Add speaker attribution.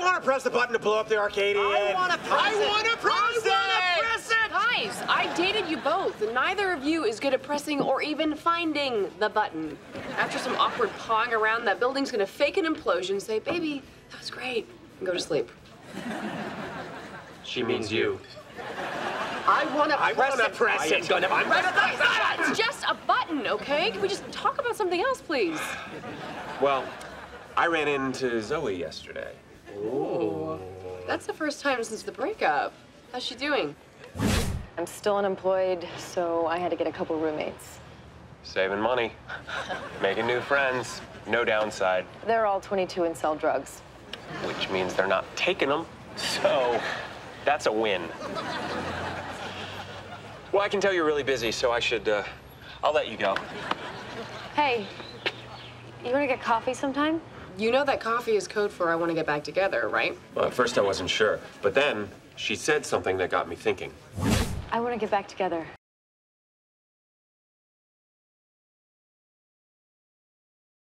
Speaker 1: want to press the button to blow up the Arcadian.
Speaker 2: I wanna press
Speaker 1: I
Speaker 2: it.
Speaker 1: want to press it.
Speaker 2: I wanna press it.
Speaker 3: Guys, I dated you both, and neither of you is good at pressing or even finding the button. After some awkward pawing around, that building's gonna fake an implosion, say, baby, that was great, and go to sleep.
Speaker 1: She means you.
Speaker 2: I want to
Speaker 1: I
Speaker 2: press
Speaker 1: wanna
Speaker 2: it.
Speaker 1: press
Speaker 2: I
Speaker 1: it.
Speaker 2: am gonna press it.
Speaker 3: It's just a button, okay? Can we just talk about something else, please?
Speaker 1: Well, I ran into Zoe yesterday.
Speaker 3: That's the first time since the breakup. How's she doing?
Speaker 4: I'm still unemployed, so I had to get a couple roommates.
Speaker 1: Saving money, making new friends, no downside,
Speaker 4: They're all 22 and sell drugs.
Speaker 1: which means they're not taking them. So that's a win. Well, I can tell you're really busy, so I should. Uh, I'll let you go.
Speaker 4: Hey, you want to get coffee sometime?
Speaker 3: You know that coffee is code for I want to get back together, right?
Speaker 1: Well, at first I wasn't sure, but then she said something that got me thinking.
Speaker 4: I want to get back together.